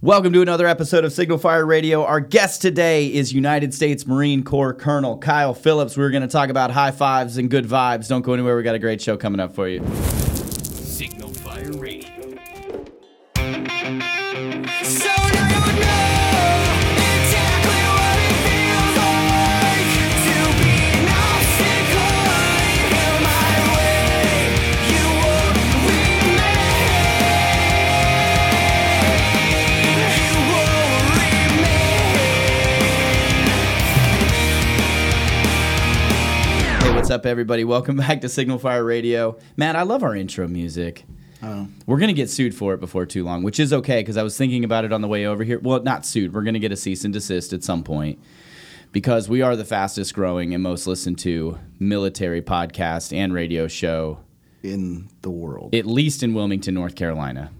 Welcome to another episode of Signal Fire Radio. Our guest today is United States Marine Corps Colonel Kyle Phillips. We're going to talk about high fives and good vibes. Don't go anywhere. We got a great show coming up for you. Signal Fire Radio. So now you know exactly what it feels like to be an obstacle in my way. You won't remain. You won't Hey, what's up, everybody? Welcome back to Signal Fire Radio. Man, I love our intro music. We're gonna get sued for it before too long, which is okay because I was thinking about it on the way over here. Well, not sued. We're gonna get a cease and desist at some point because we are the fastest growing and most listened to military podcast and radio show, in the world. at least in Wilmington, North Carolina.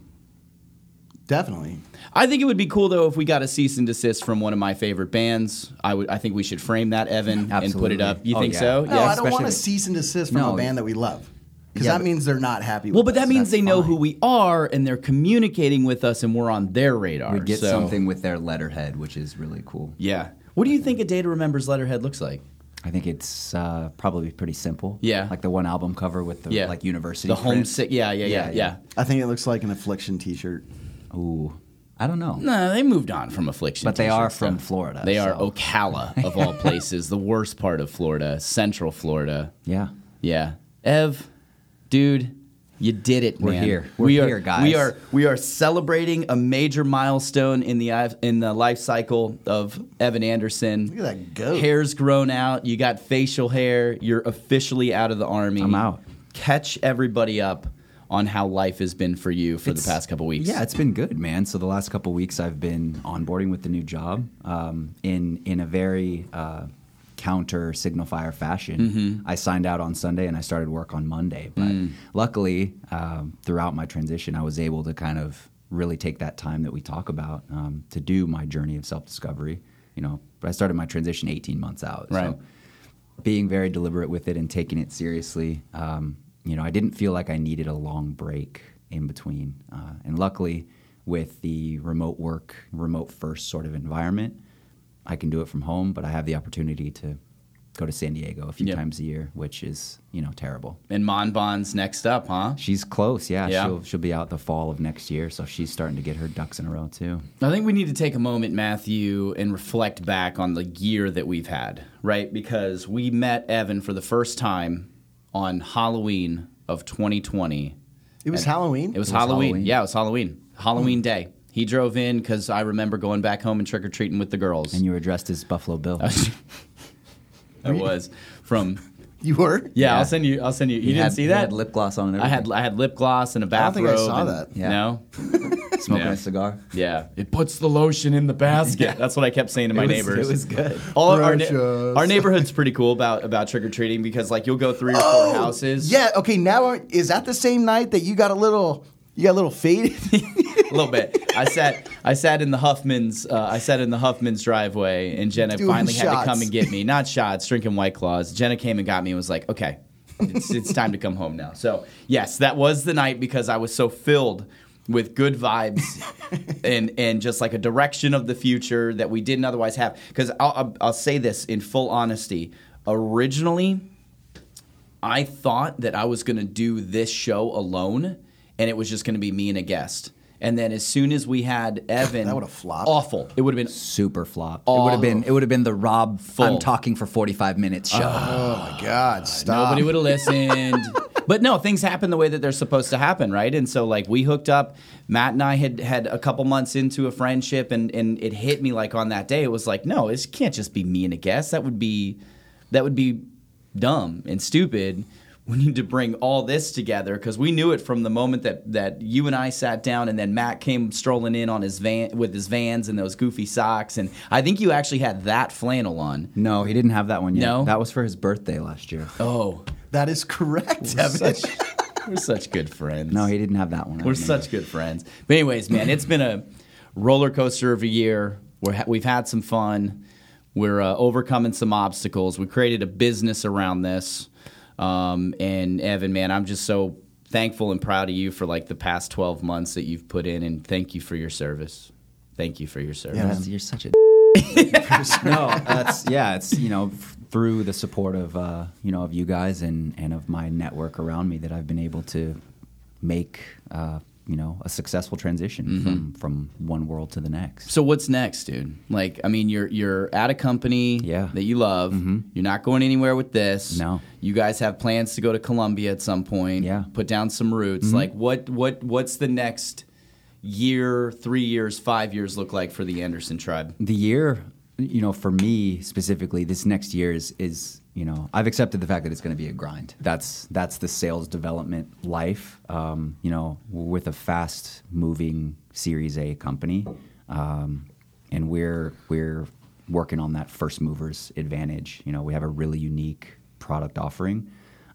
Definitely. I think it would be cool though if we got a cease and desist from one of my favorite bands. I would. I think we should frame that, Evan, and put it Absolutely. up. You Oh, think yeah. so? No, I don't want especially- to cease and desist from No. a band that we love because Yeah, that but- means they're not happy. With Well, but that us. means That's they know fine. who we are, and they're communicating with us, and we're on their radar. We get so- something with their letterhead, which is really cool. Yeah. What do you think a Data Remembers letterhead looks like? I think it's uh, probably pretty simple. Yeah. like the one album cover with the Yeah. like university. The print. homesick. Yeah, yeah, yeah, yeah, Yeah, yeah. I think it looks like an affliction T-shirt. Ooh, I don't know. No, they moved on from affliction. But they are t-shirts, though. from Florida, They are so. Ocala of all places, the worst part of Florida, Central Florida. Yeah, Yeah, Ev, dude, you did it, We're man. here. We're We are, here, guys. We are we are celebrating a major milestone in the i- in the life cycle of Evan Anderson. Look at that goat. Hair's grown out. You got facial hair. You're officially out of the army. I'm out. Catch everybody up on how life has been for you for It's- the past couple weeks. yeah, it's been good, man. So the last couple weeks, I've been onboarding with the new job um, in in a very uh, counter signal fire fashion. I signed out on Sunday and I started work on Monday. But luckily, um, throughout my transition, I was able to kind of really take that time that we talk about um, to do my journey of self discovery. You know, but I started my transition 18 months out. Right. So being very deliberate with it and taking it seriously. Um, you know, I didn't feel like I needed a long break in between. Uh, and luckily, with the remote work, remote first sort of environment, I can do it from home, but I have the opportunity to go to San Diego a few Yeah. times a year, which is, you know, terrible. And Mon Bon's next up, huh? She's close, yeah. Yeah. She'll, she'll be out the fall of next year, so she's starting to get her ducks in a row, too. I think we need to take a moment, Matthew, and reflect back on the year that we've had, right? Because we met Evan for the first time on Halloween of 2020. It was Halloween. It was, It was Halloween. Halloween. Yeah, it was Halloween. Halloween day. He drove in because I remember going back home and trick or treating with the girls. And you were dressed as Buffalo Bill. I was from. You were. Yeah, Yeah. I'll send you. I'll send you. You, didn't had- see you that? had lip gloss on and I had everything. I had lip gloss and a don't bathrobe. think I saw and- that. Yeah. No. smoking yeah. a cigar. Yeah. It puts the lotion in the basket. That's what I kept saying to my It was- neighbors. It was good. All of our, na- Precious. our neighborhood's pretty cool about about trick or treating because like you'll go three or four houses. Oh, Yeah. Okay. Now I- is that the same night that you got a little? You got a little faded. a little bit. I sat I sat in the Huffman's uh, I sat in the Huffman's driveway, and Jenna Doing finally had to shots. come and get me. Not shots, drinking White Claws. Jenna came and got me and was like, "Okay, it's, it's time to come home now." So yes, that was the night because I was so filled with good vibes and and just like a direction of the future that we didn't otherwise have. Because I'll, I'll, I'll say this in full honesty, originally. I thought that I was going to do this show alone and it was just going to be me and a guest. And then as soon as we had Evan, That would've flopped. Awful. It would have been. super flop. Oh. It would have been it would have been the Rob Full. I'm talking for 45 minutes show. Oh my God! Stop. Um. Nobody would have listened. but no, things happen the way that they're supposed to happen, right? And so like we hooked up. Matt and I had had a couple months into a friendship, and and it hit me like on that day. It was like, no, it can't just be me and a guest. That would be, that would be dumb and stupid. We need to bring all this together because we knew it from the moment that that you and I sat down, and then Matt came strolling in on his van with his vans and those goofy socks, and I think you actually had that flannel on. No, he didn't have that one yet. No? That was for his birthday last year. Oh, That is correct, Evan. such, we're such good friends. No, he didn't have that one. I We're remember. such good friends. But anyways, man, it's been a roller coaster of a year. We're ha- we've had some fun. We're uh, overcoming some obstacles. We created a business around this. Um, and Evan, man, I'm just so thankful and proud of you for like the past 12 months that you've put in, and thank you for your service. Thank you for your service. Yeah. That's- you're such a no. That's yeah. It's you know f- through the support of uh, you know of you guys and and of my network around me that I've been able to make uh, you know a successful transition from from one world to the next. So what's next, dude? Like, I mean, you're you're at a company Yeah. Mm-hmm. that you love. You're not going anywhere with this. No. You guys have plans to go to Colombia at some point. Yeah. Mm-hmm. Put down some roots. Like, what what what's the next year, three years, five years look like for the Anderson tribe? The year, you know, for me specifically, this next year is is you know I've accepted the fact that it's going to be a grind. That's that's the sales development life. Um, you know, with a fast moving Series A company. Um, and we're we're working on that first movers advantage. You know, we have a really unique product offering,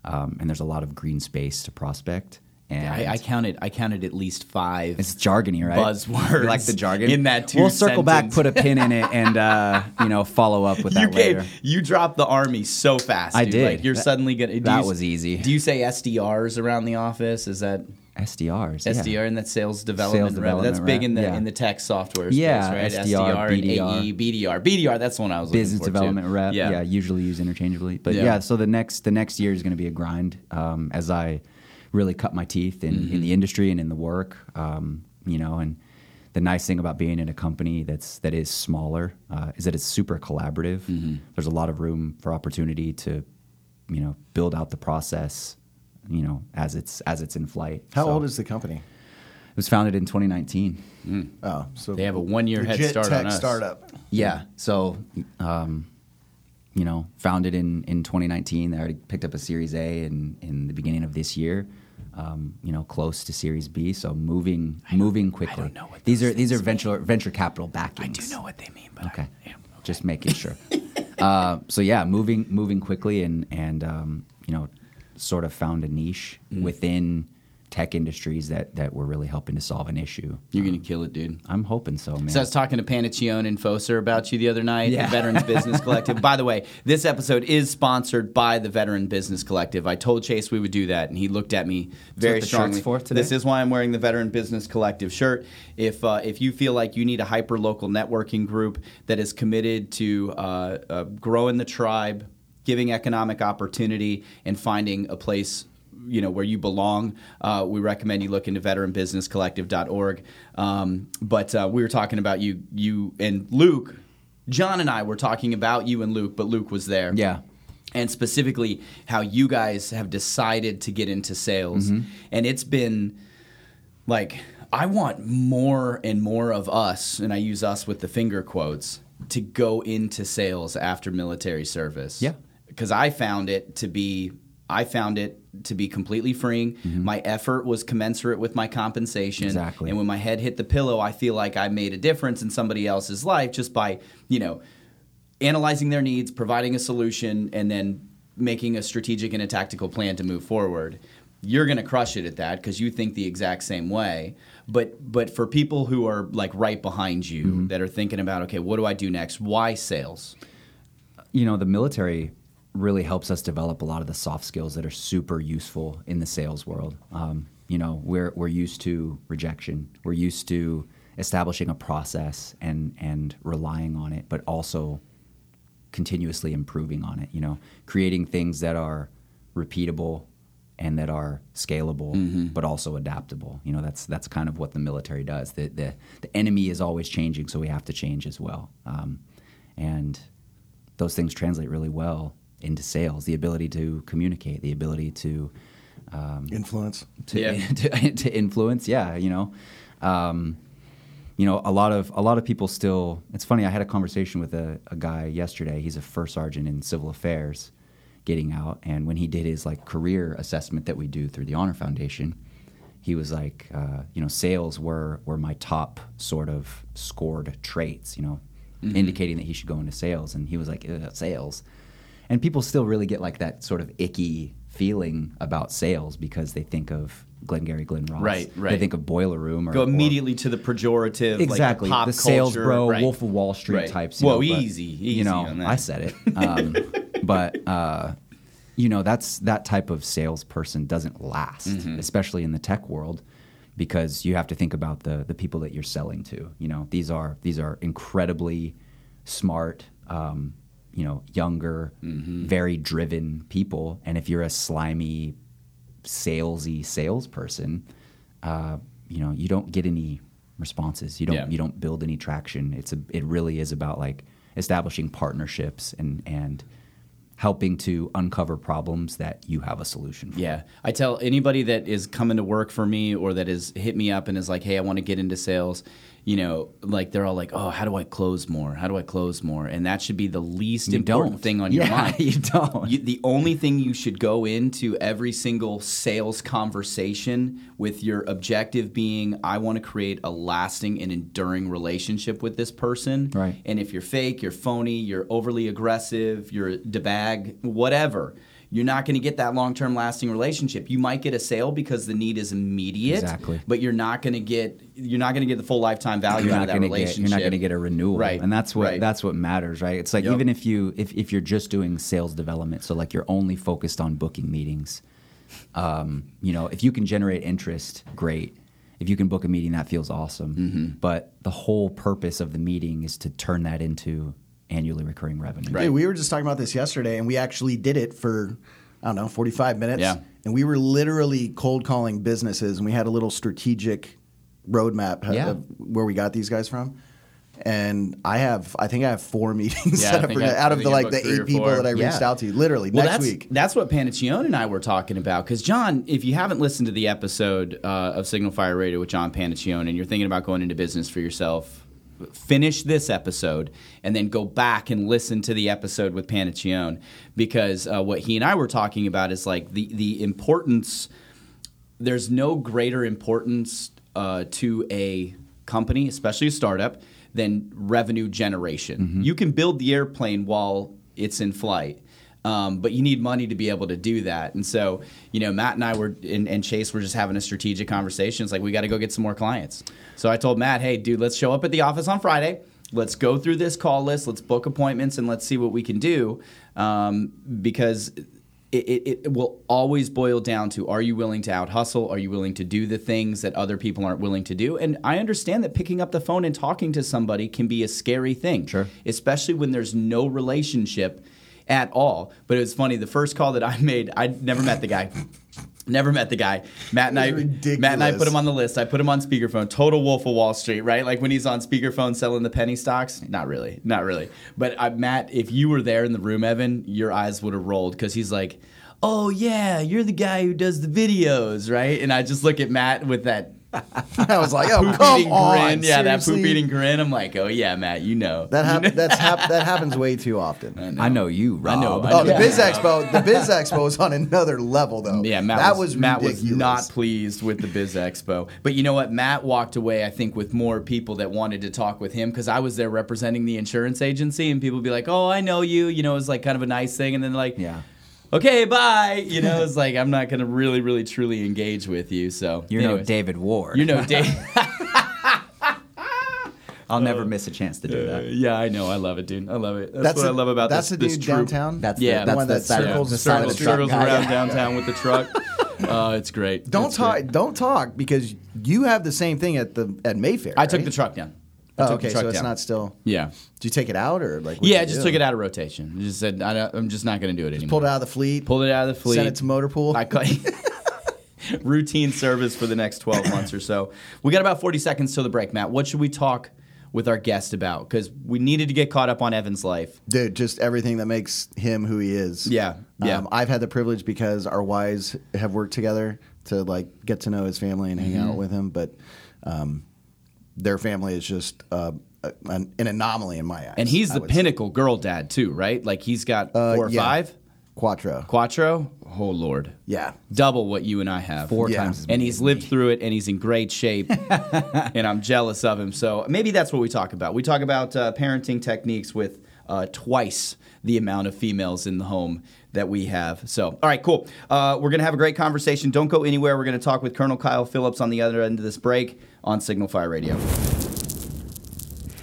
um, and there's a lot of green space to prospect. And I, I counted I counted at least five. it's jargony, right? Buzzwords You like the jargon in that two We'll circle back, sentence. put a pin in it, and uh, you know follow up with you that later. you dropped the army so fast. I dude. did. Like you're That- suddenly gonna. do that you- was easy. Do you say SDRs around the office? Is that SDRs, yeah. SDR and that's sales development, Sales right? That's development, big right? in the Yeah. in the tech software Yeah, space, right? SDR, and E, BDR. AE, BDR, BDR. That's the one I was looking business for, too. development rep. Yeah. usually used interchangeably. But Yeah. yeah. so the next the next year is going to be a grind um, as I really cut my teeth in, Mm-hmm. in the industry and in the work. Um, you know, and the nice thing about being in a company that's that is smaller uh, is that it's super collaborative. Mm-hmm. There's a lot of room for opportunity to, you know, build out the process. You know, as it's as it's in flight. How So old is the company? it was founded in 2019. Oh, so They have a one-year head legit start on tech us. startup. Yeah. So, um, you know, founded in, in 2019. They already picked up a Series A in, in the beginning of this year. Um, you know, close to Series B. So moving moving quickly. don't know what these those are. These are venture venture capital backings. I do know what they mean, but Okay. I, am Just making sure. uh, so yeah, moving moving quickly and and um, you know, sort of found a niche Mm. within tech industries that that were really helping to solve an issue. Um, you're gonna kill it, dude. I'm hoping so, man. So I was talking to Panachione and Foser about you the other night, Yeah. the Veterans Business Collective. By the way, this episode is sponsored by the Veteran Business Collective. I told Chase we would do that, and he looked at me very the shirt's strongly. for today? This is why I'm wearing the Veteran Business Collective shirt. If uh, if you feel like you need a hyper local networking group that is committed to uh, uh, growing the tribe, giving economic opportunity, and finding a place you know where you belong uh, we recommend you look into veteranbusinesscollective.org um, but uh, we were talking about you you and luke john and i were talking about you and luke but luke was there Yeah. and specifically how you guys have decided to get into sales Mm-hmm. and it's been like I want more and more of us, and I use us with the finger quotes, to go into sales after military service. Yeah. Because I found it to be, I found it to be completely freeing. My effort was commensurate with my compensation. Mm-hmm. Exactly. And when my head hit the pillow, I feel like I made a difference in somebody else's life just by, you know, analyzing their needs, providing a solution, and then making a strategic and a tactical plan to move forward. You're going to crush it at that because you think the exact same way. But but for people who are like right behind you Mm-hmm. that are thinking about okay, what do I do next? Why sales? you know, the military really helps us develop a lot of the soft skills that are super useful in the sales world. Um, you know, we're we're used to rejection. We're used to establishing a process and and relying on it, but also continuously improving on it. You know, creating things that are repeatable and that are scalable, but also adaptable. You know, that's that's kind of what the military does. The the, the enemy is always changing, so we have to change as well. Um, and those things translate really well into sales. The ability to communicate, the ability to uh, Influence. to, Yeah. to, to influence. Yeah, you know, um, you know, a lot of a lot of people still. It's funny. I had a conversation with a, a guy yesterday. He's a first sergeant in civil affairs, getting out. And when he did his like career assessment that we do through the Honor Foundation, he was like, uh, you know, sales were were my top sort of scored traits. You know, indicating that he should go into sales. And he was like, "Ugh, sales and people still really get like that sort of icky feeling about sales because they think of Glengarry Glen Ross, Right, right. They think of Boiler Room or Go or- immediately to the pejorative, exactly like the pop the sales culture, bro, right. Wolf of Wall Street Right. types. Whoa, know, but, easy, easy You know, on that. I said it, um, but uh, you know that's that type of salesperson doesn't last, especially in the tech world, because you have to think about the the people that you're selling to. You know, these are these are incredibly smart, um, you know, younger, very driven people, and if you're a slimy, salesy salesperson, uh, you know, you don't get any responses. You don't Yeah. you don't build any traction. It's a it really is about like establishing partnerships and and helping to uncover problems that you have a solution for. Yeah, I tell anybody that is coming to work for me or that is hit me up and is like, "Hey, I want to get into sales." You know, like they're all like, "Oh, how do I close more? How do I close more?" And that should be the least important don't. thing on your Yeah, mind. you don't. You- the only thing you should go into every single sales conversation with your objective being, "I want to create a lasting and enduring relationship with this person." Right. And if you're fake, you're phony, you're overly aggressive, you're a debag, whatever, you're not going to get that long term lasting relationship. You might get a sale because the need is immediate, Exactly. but you're not going to get you're not going to get the full lifetime value you're out not of that going to get relationship. you're not going to get a renewal, Right, And that's what right. that's what matters, right? It's like Yep. even if you if if you're just doing sales development, so like you're only focused on booking meetings, um, you know, if you can generate interest, great. If you can book a meeting, that feels awesome. Mm-hmm. But the whole purpose of the meeting is to turn that into annually recurring revenue. Right. Yeah, we were just talking about this yesterday, and we actually did it for I don't know, forty-five minutes. Yeah. And we were literally cold calling businesses, and we had a little strategic roadmap of- Yeah. of where we got these guys from. And I have, I think I have four meetings Yeah, I set up think for I- now out I of think the I like booked the three or eight people four. that I Yeah. reached out to. Literally well, next that's, week. That's what Panachione and I were talking about. Because John, if you haven't listened to the episode uh, of Signal Fire Radio with John Panachione, and you're thinking about going into business for yourself, finish this episode and then go back and listen to the episode with Panachione because uh, what he and I were talking about is like the the importance there's no greater importance uh, to a company, especially a startup, than revenue generation. You can build the airplane while it's in flight. Um, but you need money to be able to do that, and so you know Matt and I were and, and Chase were just having a strategic conversation. It's like we got to go get some more clients. So I told Matt, "Hey, dude, let's show up at the office on Friday. Let's go through this call list. Let's book appointments, and let's see what we can do." Um, because it, it, it will always boil down to are you willing to out hustle? Are you willing to do the things that other people aren't willing to do? And I understand that picking up the phone and talking to somebody can be a scary thing, Sure. especially when there's no relationship at all. But it was funny, the first call that I made, I never met the guy. Never met the guy. Matt and I, It was ridiculous. Matt and I put him on the list. I put him on speakerphone. Total Wolf of Wall Street, right? Like when he's on speakerphone selling the penny stocks. Not really, not really. But uh, Matt, if you were there in the room, Evan, your eyes would have rolled because he's like, "Oh yeah, you're the guy who does the videos, right?" And I just look at Matt with that I was like, oh, come poop-eating on, grin. Yeah, that seriously? poop-eating grin. I'm like, "Oh yeah, Matt, you know." That hap- that's hap- that happens way too often. I know you, Rob. know, I Oh, Yeah. the Biz Expo, the Biz Expo is on another level though. Yeah, Matt that was, was Matt ridiculous. was not pleased with the Biz Expo. But you know what? Matt walked away, I think, with more people that wanted to talk with him because I was there representing the insurance agency, and people would be like, "Oh, I know you," you know, it was like kind of a nice thing, and then like, Yeah. okay, bye," you know, it's like I'm not gonna really, really, truly engage with you. So You're no anyways. David Ward. You're no Dave. I'll never miss a chance to do that. uh, yeah, I know. I love it, dude. I love it. That's, what the- I love about that's this. the this dude troop. downtown. That's Yeah. the, The that's one the that silent- circles the silent Circles, silent the truck circles guy. around Yeah. downtown with the truck. Uh, it's great. Don't It's talk. great. Don't talk because you have the same thing at the at Mayfair. I took right? the truck down. I Oh, took the okay, truck so it's down. not still. Yeah. Did you take it out or like? Yeah, I just took it out of rotation. I just said I don't, I'm just not going to do it anymore. Pulled it out of the fleet. Pulled it out of the fleet. Sent it to motor pool. I cut. routine service for the next 12 months or so. We got about 40 seconds till the break, Matt. What should we talk with our guest about? Because we needed to get caught up on Evan's life. Dude, just everything that makes him who he is. Um, Yeah, yeah. I've had the privilege because our wives have worked together to like get to know his family and hang Mm-hmm. out with him, but um, their family is just uh, a- an, an anomaly in my eyes. And he's I the would say. pinnacle girl dad too, right? Like he's got Uh, four or yeah. five Quattro. quattro. Oh lord, yeah. double what you and I have. Four Yeah. times. as and many he's as lived me. through it and he's in great shape and i'm jealous of him so maybe that's what we talk about we talk about uh, parenting techniques with uh, twice the amount of females in the home that we have so all right cool uh, we're going to have a great conversation don't go anywhere we're going to talk with colonel kyle phillips on the other end of this break on signal fire radio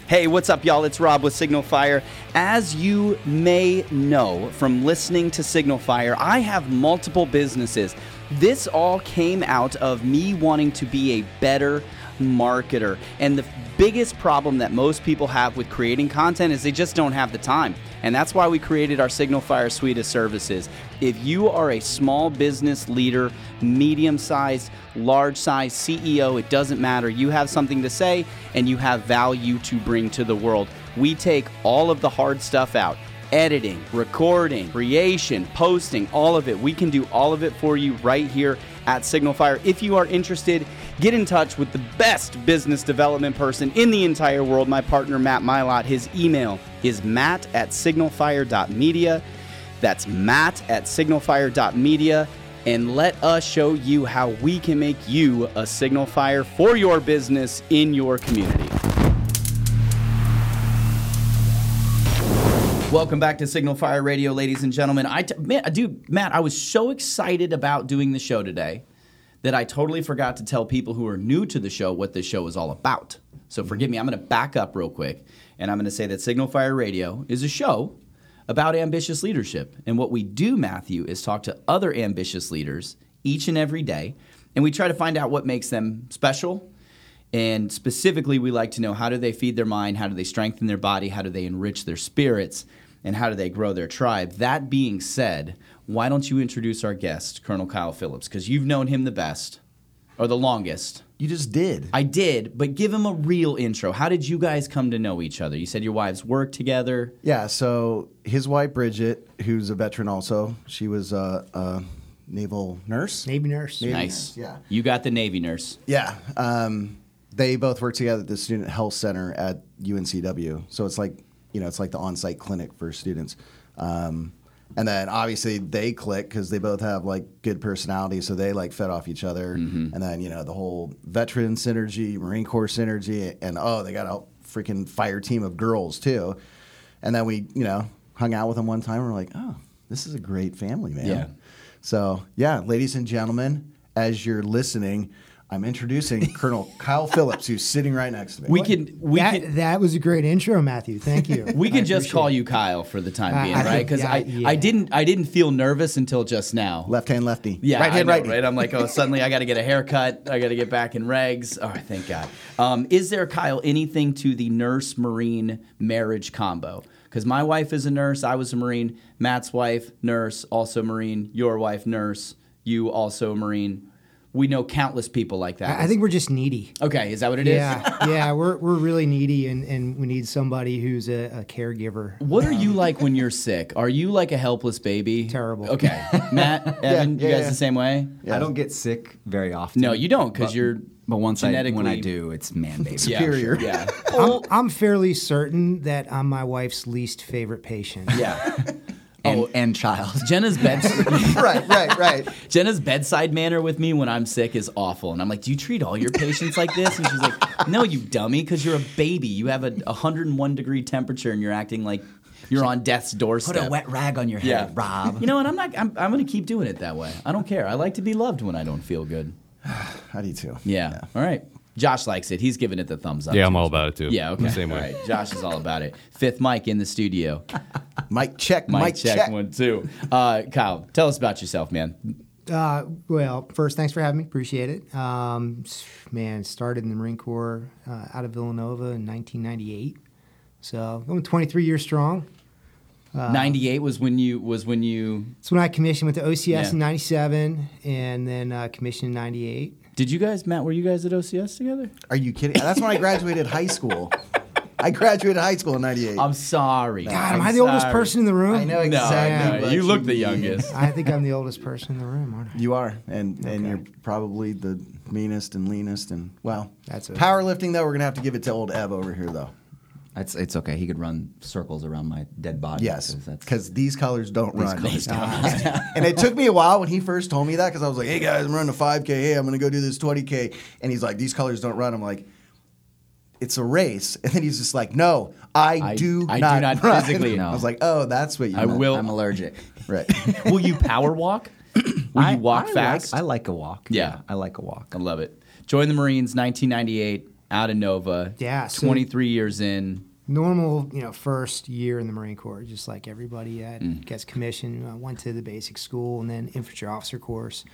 Hey, what's up, y'all? It's Rob with Signal Fire. As you may know from listening to Signal Fire, I have multiple businesses This all came out of me wanting to be a better marketer. And the biggest problem that most people have with creating content is they just don't have the time. And that's why we created our Signal Fire suite of services. If you are a small business leader, medium sized, large sized CEO, E it doesn't matter. You have something to say and you have value to bring to the world. We take all of the hard stuff out editing, recording, creation, posting, all of it. We can do all of it for you right here at Signal Fire. If you are interested, get in touch with the best business development person in the entire world, my partner Matt Mylot. His email is matt at signalfire.media. That's matt at signalfire.media. And let us show you how we can make you a Signal Fire for your business in your community. Welcome back to Signal Fire Radio, ladies and gentlemen. I t- man, dude, Matt, I was so excited about doing the show today that I totally forgot to tell people who are new to the show what this show is all about. So forgive me. I'm going to back up real quick, and I'm going to say that Signal Fire Radio is a show about ambitious leadership. And what we do, Matthew, is talk to other ambitious leaders each and every day, and we try to find out what makes them special and specifically, we like to know how do they feed their mind, how do they strengthen their body, how do they enrich their spirits, and how do they grow their tribe. That being said, why don't you introduce our guest, Colonel Kyle Phillips? Because you've known him the best or the longest. You just did. I did, but give him a real intro. How did you guys come to know each other? You said your wives worked together. Yeah, so his wife Bridget, who's a veteran also, she was a, a naval nurse. Navy nurse. Navy Nice. nurse, yeah. You got the Navy nurse. Yeah. Um, they both work together at the Student Health Center at UNCW. So it's like, you know, it's like the on site clinic for students. Um, and then obviously they click because they both have like good personalities. So they like fed off each other. And then, you know, the whole veteran synergy, Marine Corps synergy. And oh, they got a freaking fire team of girls too. And then we, you know, hung out with them one time. And we're like, oh, this is a great family, man. Yeah. So, yeah, ladies and gentlemen, as you're listening, I'm introducing Colonel Kyle Phillips, who's sitting right next to me. We can we that, can that was a great intro, Matthew. Thank you. we I can just appreciate call it. you Kyle for the time Uh, being, I right? think- Because yeah, I, I yeah. didn't I didn't feel nervous until just now. Left hand, lefty. Yeah, right hand, I know, righty. right. I'm like, oh, suddenly I got to get a haircut. I got to get back in regs. Oh, thank God. Um, is there, Kyle, anything to the nurse marine marriage combo? Because my wife is a nurse. I was a marine. Matt's wife, nurse, also marine. Your wife, nurse. You also marine. We know countless people like that. I I think we're just needy. Okay, is that what it is? Yeah, yeah, we're we're really needy, and, and we need somebody who's a, a caregiver. What are you like when you're sick? Are you like a helpless baby? Terrible. Okay, Matt, Evan, you yeah, guys yeah. the same way? I don't get sick very often. No, you don't, 'cause but- you're But once I when I genetically- do, it's man baby. Yeah, Superior. Yeah. I'm, I'm fairly certain that I'm my wife's least favorite patient. Yeah. And, Oh. and child. Jenna's bed. right, right, right. Jenna's bedside manner with me when I'm sick is awful. And I'm like, Do you treat all your patients like this? And she's like, No, you dummy, because you're a baby. You have a 101 degree temperature and you're acting like you're on death's doorstep. Put a wet rag on your head, Yeah. Rob. You know what? I'm not, I'm, I'm going to keep doing it that way. I don't care. I like to be loved when I don't feel good. How do you two? Yeah. All right. Josh likes it. He's giving it the thumbs up. Yeah, I'm all about it too. Yeah, okay. The same way. All right. Josh is all about it. Fifth mic in the studio. Mike check, Mic Mike check, check. one, two. Uh, Kyle, tell us about yourself, man. Uh, well, first, thanks for having me. Appreciate it. Um, s- man, started in the Marine Corps uh, out of Villanova in 1998. So going 23 years strong. 98 was when you was when you That's when I commissioned with the OCS Yeah. in 97 and then uh, commissioned in 98. Did you guys, Matt? Were you guys at OCS together? Are you kidding? That's when I graduated high school. I graduated high school in 98. I'm sorry. God, am I the oldest person in the room? I know No, exactly. no, what you look the youngest. I think I'm the oldest person in the room, aren't I? You are, and and you're probably the meanest and leanest and well. That's it. powerlifting though. We're gonna have to give it to old Ev over here though. It's, it's okay. He could run circles around my dead body. Yes, that's- because these colors don't run. colors and it took me a while when he first told me that because I was like, "Hey guys, I'm running a 5K. Hey, I'm gonna go do this 20K." And he's like, "These colors don't run." I'm like, "It's a race." And then he's just like, "No, I, I- do I do not. not run." physically know. I was like, "Oh, that's what you." I meant." will. I'm allergic. Right. will you power walk? Will I- you walk I like- fast? I like a walk. Yeah. I like a walk. I love it. Join the Marines, 1998, out of Nova. Yeah, so- 23 years in. Normal, you know, first year in the Marine Corps, just uh, like everybody that gets commissioned, I went to the basic school and then infantry officer course.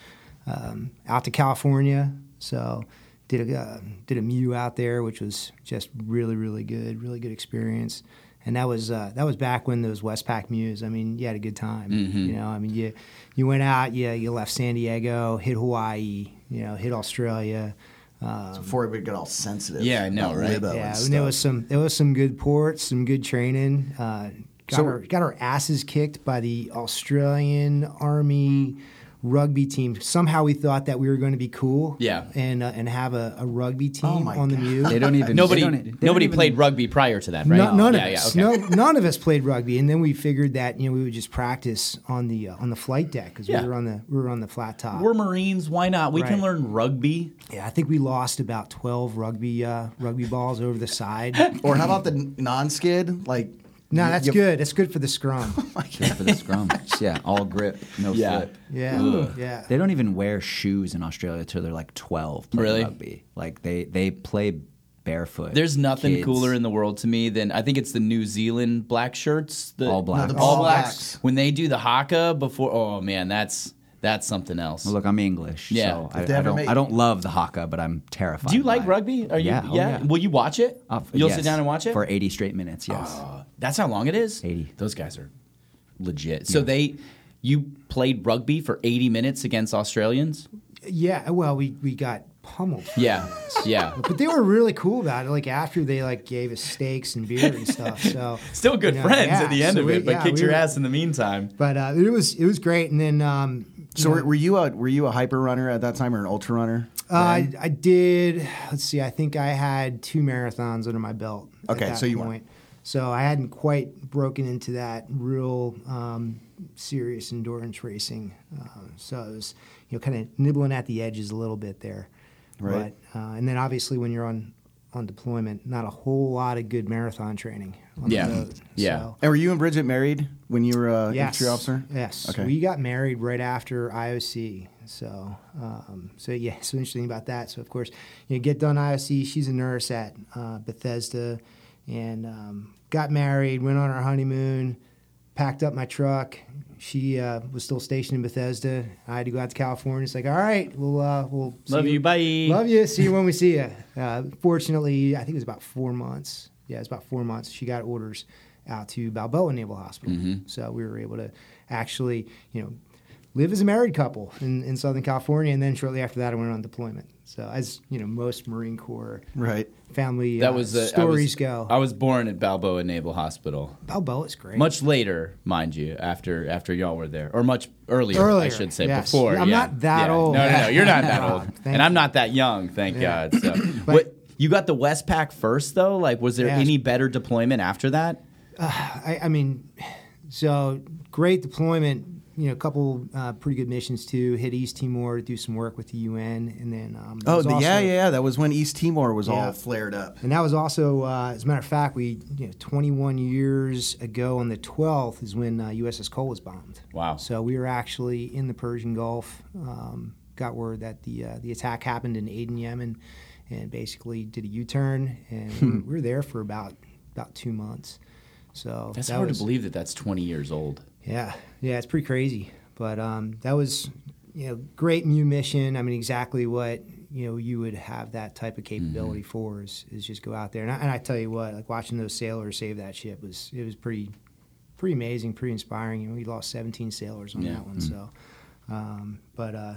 um, out to California. So did a uh, did a Mew out there, which was just really really good, really good experience. And that was uh, that was back when those Westpac Mews. I mean, you had a good time. You know, I mean, you you went out, you you left San Diego, hit Hawaii, you know, hit Australia. Before it would get all sensitive. Yeah, I know, about right? libo and Yeah, and stuff. there was some there was some good ports, some good training. Uh, got, So- our, got our asses kicked by the Australian Army rugby team. Somehow we thought that we were going to be cool, Yeah. and uh, and have a, a rugby team my on the Mew. They don't even. Nobody, they don't- they don't nobody even- played rugby prior to that, right? No- none Yeah, of yeah, us. okay. no, none of us played rugby, and then we figured that you know we would just practice on the uh, on the flight deck because Yeah. we were on the we were on the flat top. We're Marines. Why not? We can Right. learn rugby. yeah, I think we lost about twelve rugby uh, rugby balls over the side. Or how about the n- non-skid? Like, No, you- that's you- good. That's good for the scrum. Good for the scrum. yeah, all grip, no Yeah. slip. Yeah, yeah. They don't even wear shoes in Australia till they're like twelve. Playing Really? Rugby. Like they they play barefoot. There's nothing Kids. cooler in the world to me than I think it's the New Zealand black shirts, the All blacks. the All All Blacks. Blacks. When they do the haka before, oh man, that's that's something else. Well, Look, I'm English. Yeah. So If I, I they ever don't. make- I don't love the haka, but I'm terrified. do you by like it. rugby? Are you? Yeah, oh, yeah. Will you watch it? Uh, You'll yes. sit down and watch it for 80 straight minutes. Yes. Uh, that's how long it is. 80. Those guys are legit. So they, you played rugby for 80 minutes against Australians. Yeah, well, we, we got pummeled. Yeah, yeah. But they were really cool about it. Like after they like gave us steaks and beer and stuff. So Still good you know, friends yeah, at the end so of we- it, but yeah, kicked we your were- ass in the meantime. But uh, it was it was great. And then um, So were, were you a were you a hyper runner at that time or an ultra runner? uh, I, I did. Let's see. I think I had two marathons under my belt. at Okay, that so you point. weren't- So I hadn't quite broken into that real um, serious endurance racing. Um, so it was you know kind of nibbling at the edges a little bit there. Right. But, uh, and then obviously when you're on on deployment, not a whole lot of good marathon training. On Yeah. The boat. Yeah. So, And were you and Bridget married when you were a Yes. infantry officer? Yes. Okay. We got married right after IOC. So, um, so yeah, so interesting about that. So, of course, you know, get done IOC. She's a nurse at uh, Bethesda, and um, got married. Went on our honeymoon. Packed up my truck. She uh, was still stationed in Bethesda. I had to go out to California. It's like, all right, we'll uh, we'll see Love you. Bye. Love you. See you when we see you. Uh, fortunately, I think it was about four months. Yeah, it was about four months. She got orders out to Balboa Naval Hospital, Mm-hmm. so we were able to actually, you know, live as a married couple in, in Southern California. And then shortly after that, I went on deployment. So as you know, most Marine Corps Right. family That uh, was the, stories I was, go. I was born at Balboa Naval Hospital. Balboa is great. Much later, mind you, after after y'all were there, or much earlier, I Earlier, should say yes. before. I'm yeah. not that Yeah. old. No, no, no, you're not that Thank old, God. and I'm not that young. Thank God. So, what you got the Westpac first though? Like, was there Yes. any better deployment after that? I, I mean, so great deployment. You know, a couple uh, pretty good missions too. Hit East Timor to do some work with the UN, and then um, there Oh, was the, yeah, also- yeah, yeah. That was when East Timor was Yeah. all flared up. And that was also, uh, as a matter of fact, we you know, 21 years ago on the 12th is when uh, USS Cole was bombed. Wow. So we were actually in the Persian Gulf. Um, got word that the uh, the attack happened in Aden, Yemen, and basically did a U-turn, and Hmm. we were, we were there for about about two months. So That's that hard was- to believe that that's 20 years old. yeah, yeah, it's pretty crazy. But um, that was, you know, great new mission. I mean, exactly what you know you would have that type of capability for is, is just go out there. And I, and I tell you what, like watching those sailors save that ship was it was pretty, pretty amazing, pretty inspiring. You know, we lost 17 sailors on Yeah. that one. Mm. So, um, but uh,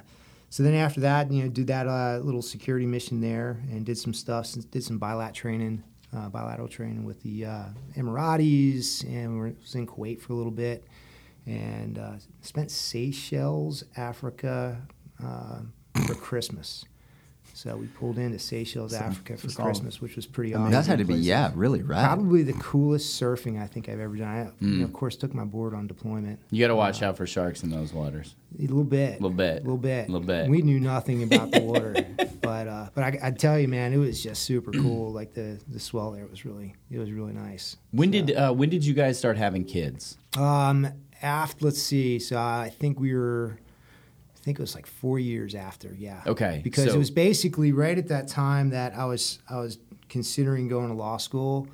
so then after that, you know, did that uh, little security mission there and did some stuff, s- did some bilat training, uh, bilateral training with the uh, Emiratis, and we was in Kuwait for a little bit, and uh, spent Seychelles, Africa, uh, for Christmas. So we pulled into Seychelles, Africa for Christmas, which was pretty awesome. that had to be yeah, really rad. Probably the coolest surfing I think I've ever done. I, you Mm. know, of course, took my board on deployment. You got to watch out for sharks in those waters. A little bit. A Little bit. A little bit. Little bit. We knew nothing about the water, but uh, but I, I tell you, man, it was just super cool. Like the the swell there was really it was really nice. When did uh, when did you guys start having kids? Um, after let's see, so uh, I think we were. I think it was like four years after, yeah. Okay, Because so- it was basically right at that time that I was I was considering going to law school,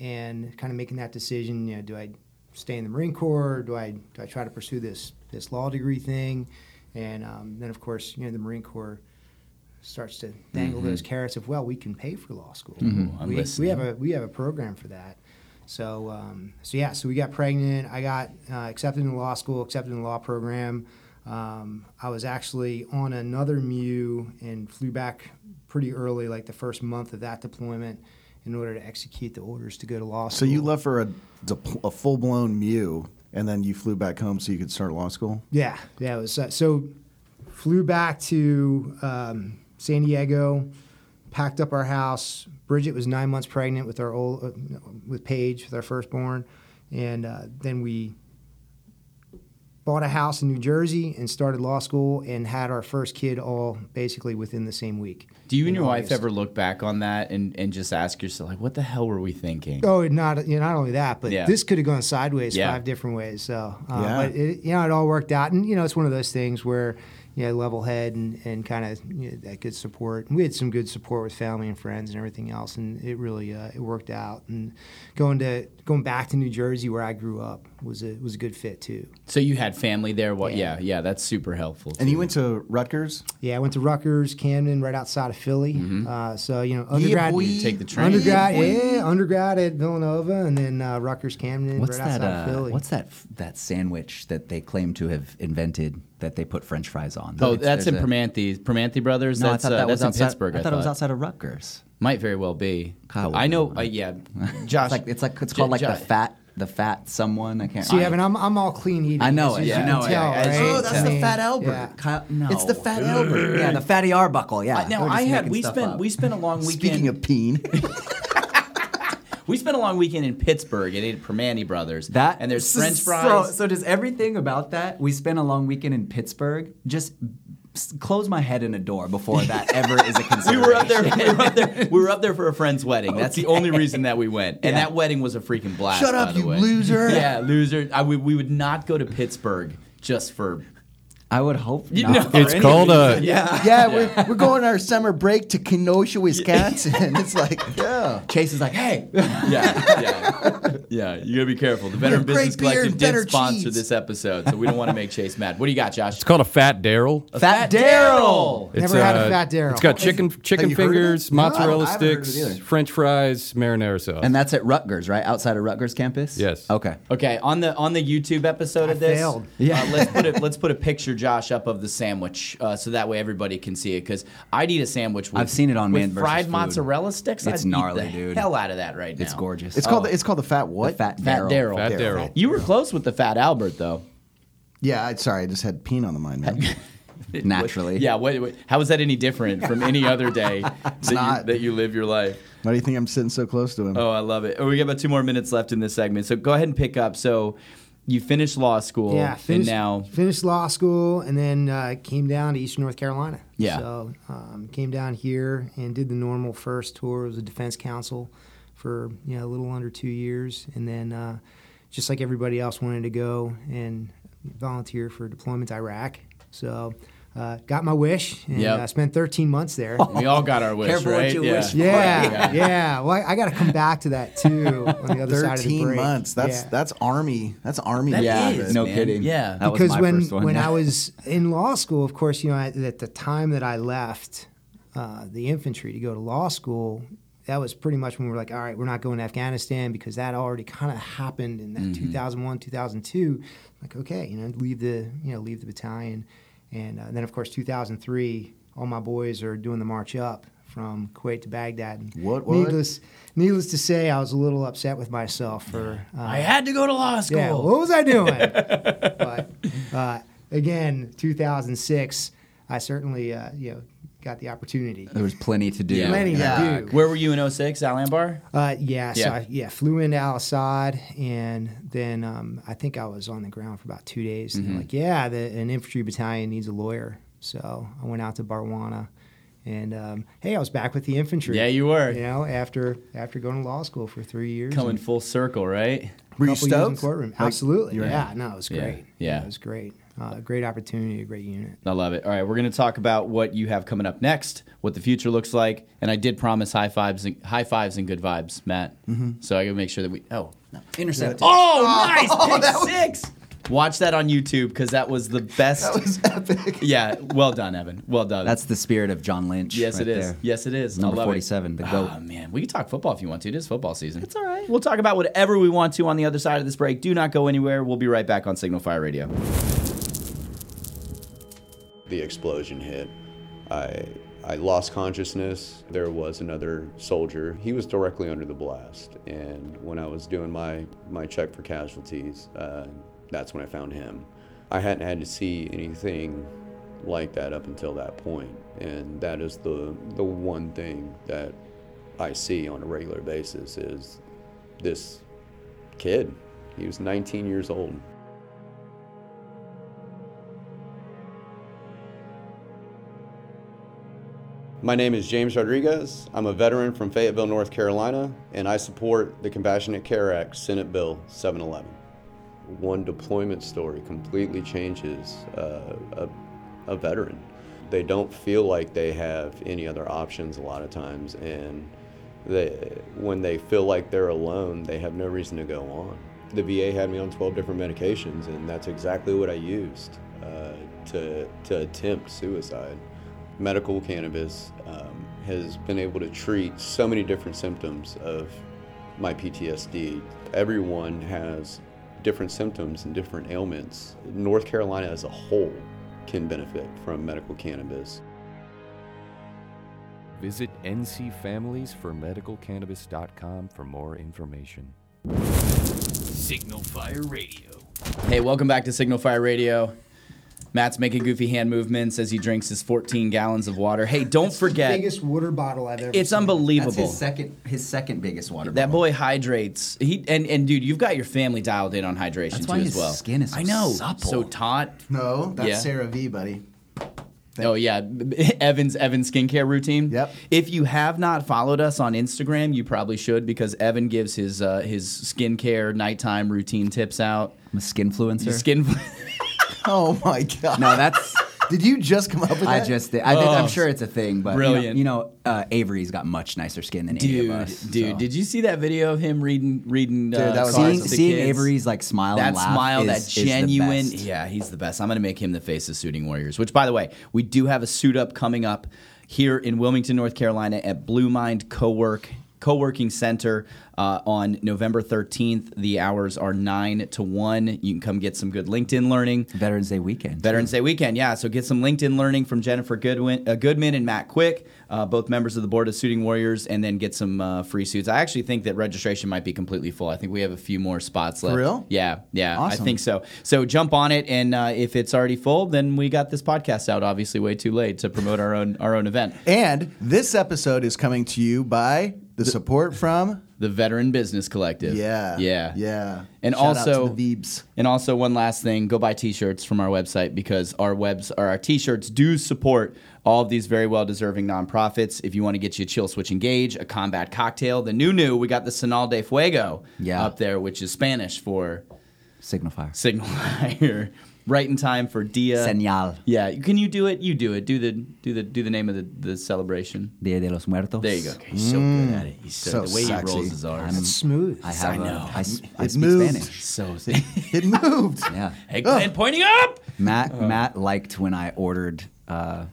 and kind of making that decision. You know, do I stay in the Marine Corps? Or do I do I try to pursue this this law degree thing? And um, then, of course, you know, the Marine Corps starts to dangle those carrots of, well, we can pay for law school. I'm we, we listening. have a we have a program for that. So um, so yeah, so we got pregnant. I got uh, accepted in law school, accepted in the law program. Um, I was actually on another MU and flew back pretty early, like the first month of that deployment, in order to execute the orders to go to law So school. you left for a, depl- a full blown Mew, and then you flew back home so you could start law school. Yeah, yeah. It was uh, so flew back to um, San Diego, packed up our house. Bridget was nine months pregnant with our old uh, with Paige, with our firstborn, and uh, then we bought a house in New Jersey and started law school and had our first kid all basically within the same week. Do you and in your August. wife ever look back on that and, and just ask yourself, like, what the hell were we thinking? Oh, not you know, not only that, but Yeah. this could have gone sideways Yeah. five different ways. So, uh, Yeah. but it, you know, it all worked out, and you know, it's one of those things where you know, level head and, and kind of you know, that good support. And we had some good support with family and friends and everything else, and it really uh, it worked out. And going to going back to New Jersey where I grew up was a was a good fit too. So you had family there. What? Yeah, Yeah. yeah, that's super helpful. And too. you went to Rutgers. Yeah, I went to Rutgers, Camden, right outside of Philly. Mm-hmm. Uh, so you know, undergrad, boy. You take the train. undergrad, yeah, undergrad at Villanova, and then uh, Rutgers, Camden, What's right outside that? of Uh, Philly. what's that? f- That sandwich that they claim to have invented that they put French fries on. Oh, It's- that's in there's a- Permanthe. Permanthe Brothers. No, that's I thought uh, that was that's in outside, Pittsburgh. I thought, it was thought. outside of Rutgers. Might very well be. Kyle would I know. remember. Uh, yeah, Josh. It's like it's like it's J- called like the Josh- fat the fat someone. I can't. So you I- have an I'm, I'm all clean eating. I know it. as you Yeah. can I know it. tell, Yeah, as right? you Oh, that's I the mean, Fat Albert. yeah. Kyle, no. It's the Fat Albert. Yeah, the fatty Arbuckle. Yeah. I- Uh, Now We're just I had making we stuff spent up. we spent a long weekend. Speaking of peen, we spent a long weekend in Pittsburgh and ate at Permanthe Brothers. that and there's so- French fries. So, so does everything about that? We spent a long weekend in Pittsburgh. Just s- close my head in a door before that ever is a we consideration. were up there. We were up there. We were up there for a friend's wedding. That's the only reason that we went. And that wedding was a freaking blast. Shut by up, the you way. loser. Yeah, loser. I, we, we would not go to Pittsburgh just for. I would hope You not. know, for It's any called reason. a Yeah. yeah, we're, we're going on our summer break to Kenosha, Wisconsin. it's like, yeah. Chase is like, hey, yeah, yeah, yeah. You gotta be careful. The Veteran have great Business beer Collective and did better sponsor cheese. this episode, so we don't want to make Chase mad. What do you got, Josh? it's called a Fat Daryl. Fat Daryl. It's, uh, Never had a Fat Daryl. It's got chicken have chicken you heard of fingers, it? No, I haven't mozzarella heard of it sticks, either. French fries, marinara sauce. And that's at Rutgers, right? Outside of Rutgers campus? Yes. Okay. Okay, on the on the YouTube episode of I this, failed. yeah. let's put a, let's put a picture, Josh, up of the sandwich, uh, so that way everybody can see it. Because I'd eat a sandwich. With, I've seen it on with Man versus fried Food. mozzarella sticks. It's I'd eat gnarly, the dude. Hell out of that right now. It's gorgeous. It's called the, it's called the Fat Oh. the what? Fat Fat Daryl. Daryl. Fat Daryl. You were close with the Fat Albert, though. Yeah, I, sorry, I just had peen on the mind, man. Naturally. Yeah. What, what, how is that any different from any other day that, you, not. that you live your life? Why do you think I'm sitting so close to him? Oh, I love it. Oh, we got about two more minutes left in this segment, so go ahead and pick up. So, you finished law school, Yeah, and finished, now finished law school and then uh, came down to Eastern North Carolina. Yeah. So um, came down here and did the normal first tour. It was a defense counsel for you know a little under two years, and then uh, just like everybody else, wanted to go and volunteer for deployment to Iraq. So uh, got my wish, and Yep. I spent 13 months there. Oh, we all got our wish, Careful what right? you wish for. Yeah, yeah. Well, I, I got to come back to that too on the other side of the Thirteen break. months. That's Yeah. that's army. That's army. Yeah, benefit. no man. kidding. Yeah. That because was my when first one. when I was in law school, of course, you know, at, at the time that I left uh, the infantry to go to law school, that was pretty much when we were like, all right, we're not going to Afghanistan because that already kind of happened in that Mm-hmm. 2001, 2002. Like, okay, you know, leave the you know leave the battalion, and uh, then of course 2003, all my boys are doing the march up from Kuwait to Baghdad. And What, what? Needless, needless to say, I was a little upset with myself for. Uh, I had to go to law school. yeah, what was I doing? but uh, again, 2006, I certainly uh, you know got the opportunity. there was plenty to do. Yeah. Plenty Yeah. to do. Where were you in 06, Al Ambar? Uh, yeah, so Yeah. I, yeah, flew into Al Assad, and then um, I think I was on the ground for about two days. Mm-hmm. And they're like, yeah, the, an infantry battalion needs a lawyer, so I went out to Barwana, and um, hey, I was back with the infantry. Yeah, you were. You know, after after going to law school for three years, Coming and full circle, right? Were a you couple years in stoked? courtroom. Absolutely, you were- yeah, no, it was Yeah, great. yeah. it was great. Uh, great opportunity, a great unit. I love it. All right, we're going to talk about what you have coming up next, what the future looks like, and I did promise high fives, and, high fives, and good Mm-hmm. vibes, Matt. So I got to make sure that we. Oh, Intercept. oh, nice pick six. Watch that on YouTube because that was the best. that was epic. Yeah, well done, Evan. Well done. That's the spirit of John Lynch. yes, right it is. there. Yes, it is. Number I love it. 47, the Ah, GOAT. man, we can talk football if you want to. It is football season. It's all right. We'll talk about whatever we want to on the other side of this break. Do not go anywhere. We'll be right back on Signal Fire Radio. the explosion hit. I I lost consciousness. There was another soldier. He was directly under the blast, and when I was doing my my check for casualties, uh, that's when I found him. I hadn't had to see anything like that up until that point, and that is the the one thing that I see on a regular basis is this kid. He was 19 years old. My name is James Rodriguez. I'm a veteran from Fayetteville, North Carolina, and I support the Compassionate Care Act, Senate Bill 711. One deployment story completely changes uh, a, a veteran. They don't feel like they have any other options a lot of times, and they, when they feel like they're alone, they have no reason to go on. The VA had me on 12 different medications, and that's exactly what I used uh, to, to attempt suicide medical cannabis um, has been able to treat so many different symptoms of my PTSD. Everyone has different symptoms and different ailments. North Carolina as a whole can benefit from medical cannabis. Visit ncfamiliesformedicalcannabis.com for more information. Signal Fire Radio. Hey, welcome back to Signal Fire Radio. Matt's making goofy hand movements as he drinks his 14 gallons of water. Hey, don't forget, Biggest water bottle I've ever. it's seen. unbelievable. That's his second, his second biggest water That bottle. boy hydrates. He and and dude, you've got your family dialed in on hydration That's too why as his well. skin is so I know, supple. so taut. No, that's Yeah. Sarah V, buddy. Oh yeah, Evan's Evan's skincare routine. Yep. If you have not followed us on Instagram, you probably should because Evan gives his uh, his skincare nighttime routine tips out. I'm a skinfluencer. Skin. Oh my god! no, that's. Did you just come up with that? I just, thi- I think, Oh. I'm sure it's a thing, but you know- Brilliant. you know, uh, Avery's got much nicer skin than any Dude, of us. dude, so. did you see that video of him reading reading? uh, that cards was seeing, awesome. to the seeing kids? Avery's like smile that and laugh smile, is- that is the genuine. best. yeah, he's the best. I'm going to make him the face of Suiting Warriors, which, by the way, we do have a suit up coming up here in Wilmington, North Carolina at Blue Mind Cowork. Co-working center uh, on November 13th. The hours are 9 to 1. You can come get some good LinkedIn learning. Veterans Day weekend. Veterans Day weekend, yeah. So get some LinkedIn learning from Jennifer Goodwin, uh, Goodman and Matt Quick, uh, both members of the board of Suiting Warriors, and then get some uh, free suits. I actually think that registration might be completely full. I think we have a few more spots left. real? Yeah, yeah. I Awesome. think so. So jump on it, and uh, if it's already full, then we got this podcast out obviously way too late to promote our own our own event. and this episode is coming to you by the support from The Veteran Business Collective. yeah, yeah, yeah, And Shout out to also- the Veebs. And also, one last thing: go buy T-shirts from our website because our webs or our T-shirts do support all of these very well-deserving nonprofits. If you want to get you a chill switch engage, a combat cocktail, the new new, we got the Sinal de Fuego Yeah. up there, which is Spanish for Signifier. signal fire. right in time for Dia. Señal. Yeah, can you do it? You do it. Do the do the do the name of the, the celebration. Dia de los Muertos. There you go. Okay, he's so good at it. He's so, So the way sexy. he rolls his R's. It's smooth. I have. I a- know. I s- I It speak moved. Spanish. so It moved. Yeah. eggplant pointing up. Matt Uh. Matt liked when I ordered uh,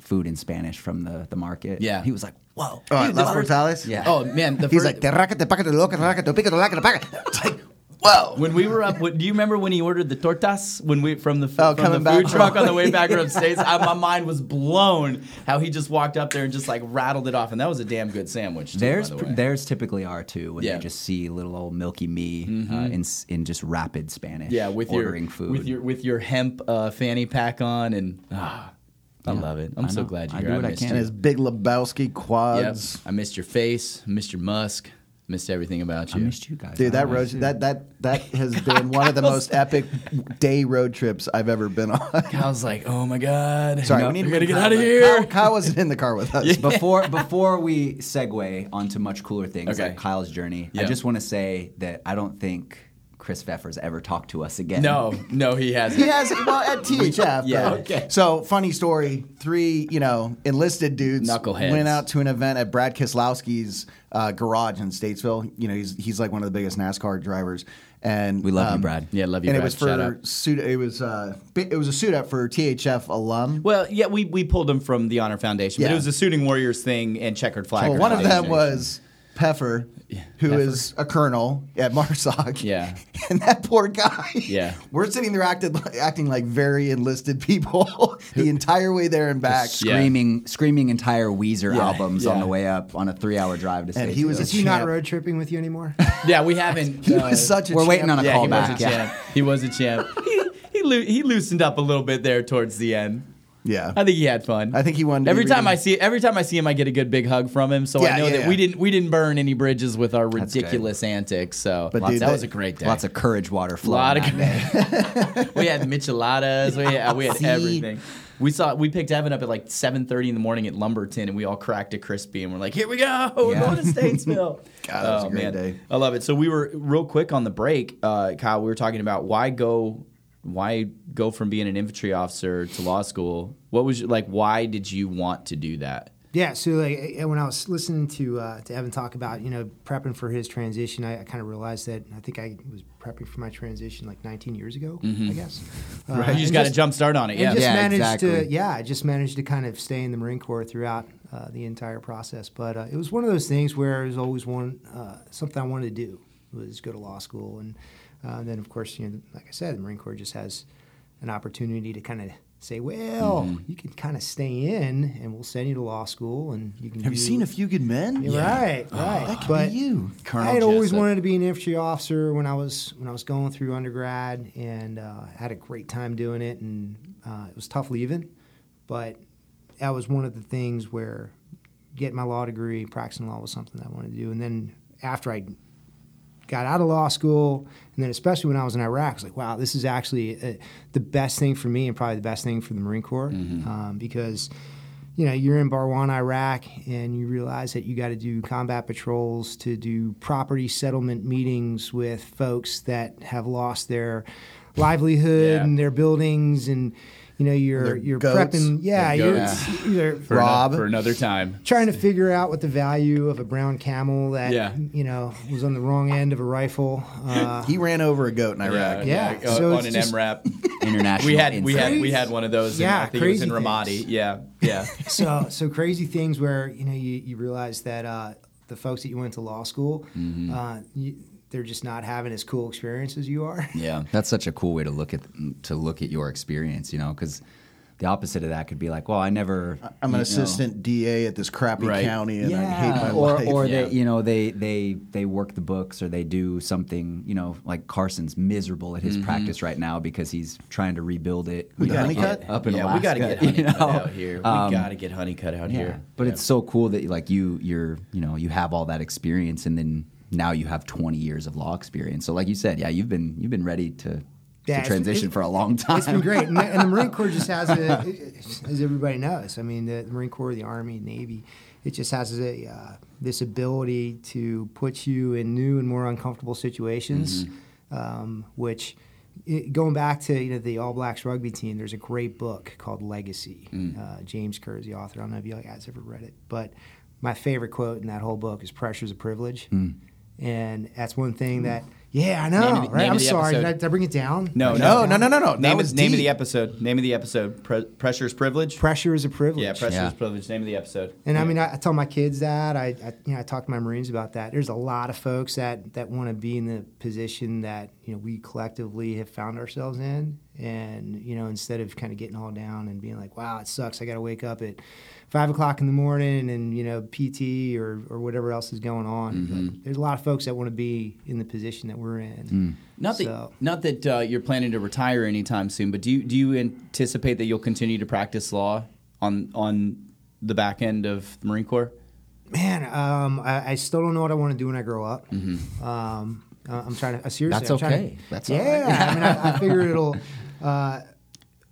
food in Spanish from the, the market. Yeah. He was like, "Whoa." All right, dude, Las this- Portales. Yeah. Oh man, the He's first, like, "Te raca, te paca, te loca, te raca, te pica, te laca, te paca." It's like, whoa. When we were up, what, do you remember when he ordered the tortas when we from the, f- Oh, from the coming back food from- truck on the way back upstairs? I, my mind was blown how he just walked up there and just like rattled it off, and that was a damn good sandwich. Too, Theirs, by the pr- way. theirs typically are too when Yeah. Mm-hmm. they just see little old Milky Me uh, in s- in just rapid Spanish. yeah, with ordering your food. with your with your hemp uh, fanny pack on, and ah, I love it. I'm so know. glad I you're here. do what I missed can. And you. his big Lebowski Yep. quads. I missed your face, missed your musk, missed everything about I you. missed you guys. Dude, I Oh, that don't road that that that has been one of the most epic day road trips I've ever been on. I was like, oh my god, Sorry, No, we need to we're gonna move get Kyle out of back. here. Kyle, Kyle wasn't in the car with us. know. before before we segue onto much cooler things Okay. like Kyle's journey, Yeah. I just want to say that I don't think Chris Pfeffer's ever talked to us again. No, no, he hasn't. He has well at THF. Yeah, but- okay. So funny story. Three, you know, enlisted dudes Knuckleheads. went out to an event at Brad Kislowski's uh, garage in Statesville. You know, he's he's like one of the biggest NASCAR drivers. And um, We love you, Brad. Yeah, love you, And Brad. it was Shout for out. suit. It was uh, bi- it was a suit up for THF alum. Well, yeah, we, we pulled him from the Honor Foundation, but Yeah. it was a Suiting Warriors thing and Checkered Flag. Well, one of them Foundation. was Peffer, who is Pfeffer. a colonel at Marsoc. Yeah. And that poor guy. Yeah. We're sitting there acting, acting like very enlisted people the entire way there and back. Screaming, screaming entire Weezer Yeah, albums on yeah. the way up on a three-hour drive to. And he was Statesville. a Is he not champ. road tripping with you anymore? Yeah, we haven't. uh, He was such a We're waiting champ. on a yeah, he callback. was a champ. He was a champ. he he, loo- he loosened up a little bit there towards the end. Yeah. I think he had fun. I think he wanted to be every time reading- I see every time I see him, I get a good big hug from him. So I Yeah, know yeah, that yeah. we didn't we didn't burn any bridges with our good. ridiculous antics. So But Lots- dude, that that- was a great day. Lots of courage water a flowing. lot of that day. we had micheladas. We had, we had See? everything. We saw we picked Evan up at like seven thirty in the morning at Lumberton, and we all cracked a crispy, and we're like, "Here we go, we're Yeah. going to Statesville." Oh, God, that was a great man. day. I love it. So we were real quick on the break, uh, Kyle. We were talking about why go, why go from being an infantry officer to law school. What was your, like? Why did you want to do that? Yeah, so like uh, when I was listening to uh, to Evan talk about you know prepping for his transition, I, I kind of realized that I think I was prepping for my transition like 19 years ago, I guess. Uh, Mm-hmm. you just and got a jump start on it. and Yeah, just Yeah, managed to exactly. yeah, I just managed to kind of stay in the Marine Corps throughout uh, the entire process. But uh, it was one of those things where it was always one uh, something I wanted to do was go to law school, and uh, then of course you know like I said, the Marine Corps just has an opportunity to kind of say, well, Mm-hmm. you can kind of stay in, and we'll send you to law school, and you can. Have you do- seen A Few Good Men? You're Right, right. Oh, That could but be you. I had always Jessup. wanted to be an infantry officer when I was when I was going through undergrad, and uh, had a great time doing it. And uh, it was tough leaving, but that was one of the things where getting my law degree, practicing law was something I wanted to do. And then after I got out of law school, and then especially when I was in Iraq, I was like, wow, this is actually uh the best thing for me, and probably the best thing for the Marine Corps, Mm-hmm. um, because you know, you're in Barwan, Iraq, and you realize that you got to do combat patrols to do property settlement meetings with folks that have lost their livelihood Yeah. and their buildings, and you know, you're Their you're goats. prepping, yeah, Their you're, goats. you're For ano- Rob. for another time. trying to figure out what the value of a brown camel that Yeah. you know was on the wrong end of a rifle. Uh, He ran over a goat in Iraq. Yeah, uh, so on it's an just- MRAP. International. We had we had incident. we had one of those. Yeah, Yeah, I think it was in crazy Ramadi. things. Yeah, yeah. so so crazy things where you know you, you realize that uh, the folks that you went to law school, Mm-hmm. uh, you, they're just not having as cool experience as you are. Yeah. That's such a cool way to look at to look at your experience, you know, because the opposite of that could be like, well, I never. I'm an you know, assistant DA at this crappy Right. county, and I yeah, hate my or life. or Yeah. they, you know, they they they work the books or they do something, you know, like Carson's miserable at his Mm-hmm. practice right now because he's trying to rebuild it. We you got know, Honeycutt? up, up in yeah, Alaska. we gotta get honey you know? cut out here. We Um, gotta get honey cut out here. But Yeah. it's so cool that like you you're you know you have all that experience and then now you have 20 years of law experience. So like you said, yeah, you've been you've been ready to, Yeah, to it's- transition it's- for a long time. It's been great, and, the- and the Marine Corps just has a, as everybody knows. I mean, the, the Marine Corps, the Army, Navy, it just has a uh, this ability to put you in new and more uncomfortable situations. Mm-hmm. Um, which, i going back to you know the All Blacks rugby team, there's a great book called Legacy. Mm. Uh, James Kerr is the author. I don't know if you guys ever read it, but my favorite quote in that whole book is "Pressure is a privilege," and that's one thing that. Yeah, I know, Hmm. Name of the- right? name of I'm the sorry. Did episode. I, did I bring it down? No, Did I no, bring it no, down? no, no, no. oh, That name, was is, name of deep. the episode. Name of the episode. Pre- pressure's privilege. Pressure is a privilege. yeah, pressure's Yeah. privilege. Name of the episode. And I mean, I, I tell my kids that. I, I, you know, I talk to my Marines about that. There's a lot of folks that that want to be in the position that you know we collectively have found ourselves in. And you know, instead of kind of getting all down and being like, "Wow, it sucks. I got to wake up at five o'clock in the morning," and you know, PT or or whatever else is going on. But there's a lot of folks that want to be in the position that we're in. Not that So- not that uh, you're planning to retire anytime soon, but do you do you anticipate that you'll continue to practice law on on the back end of the Marine Corps? Man, um, I, I still don't know what I want to do when I grow up. Um, I- I'm trying to. Uh, seriously, That's I'm trying to- okay. That's all yeah. I mean, I, I figure it'll. Uh,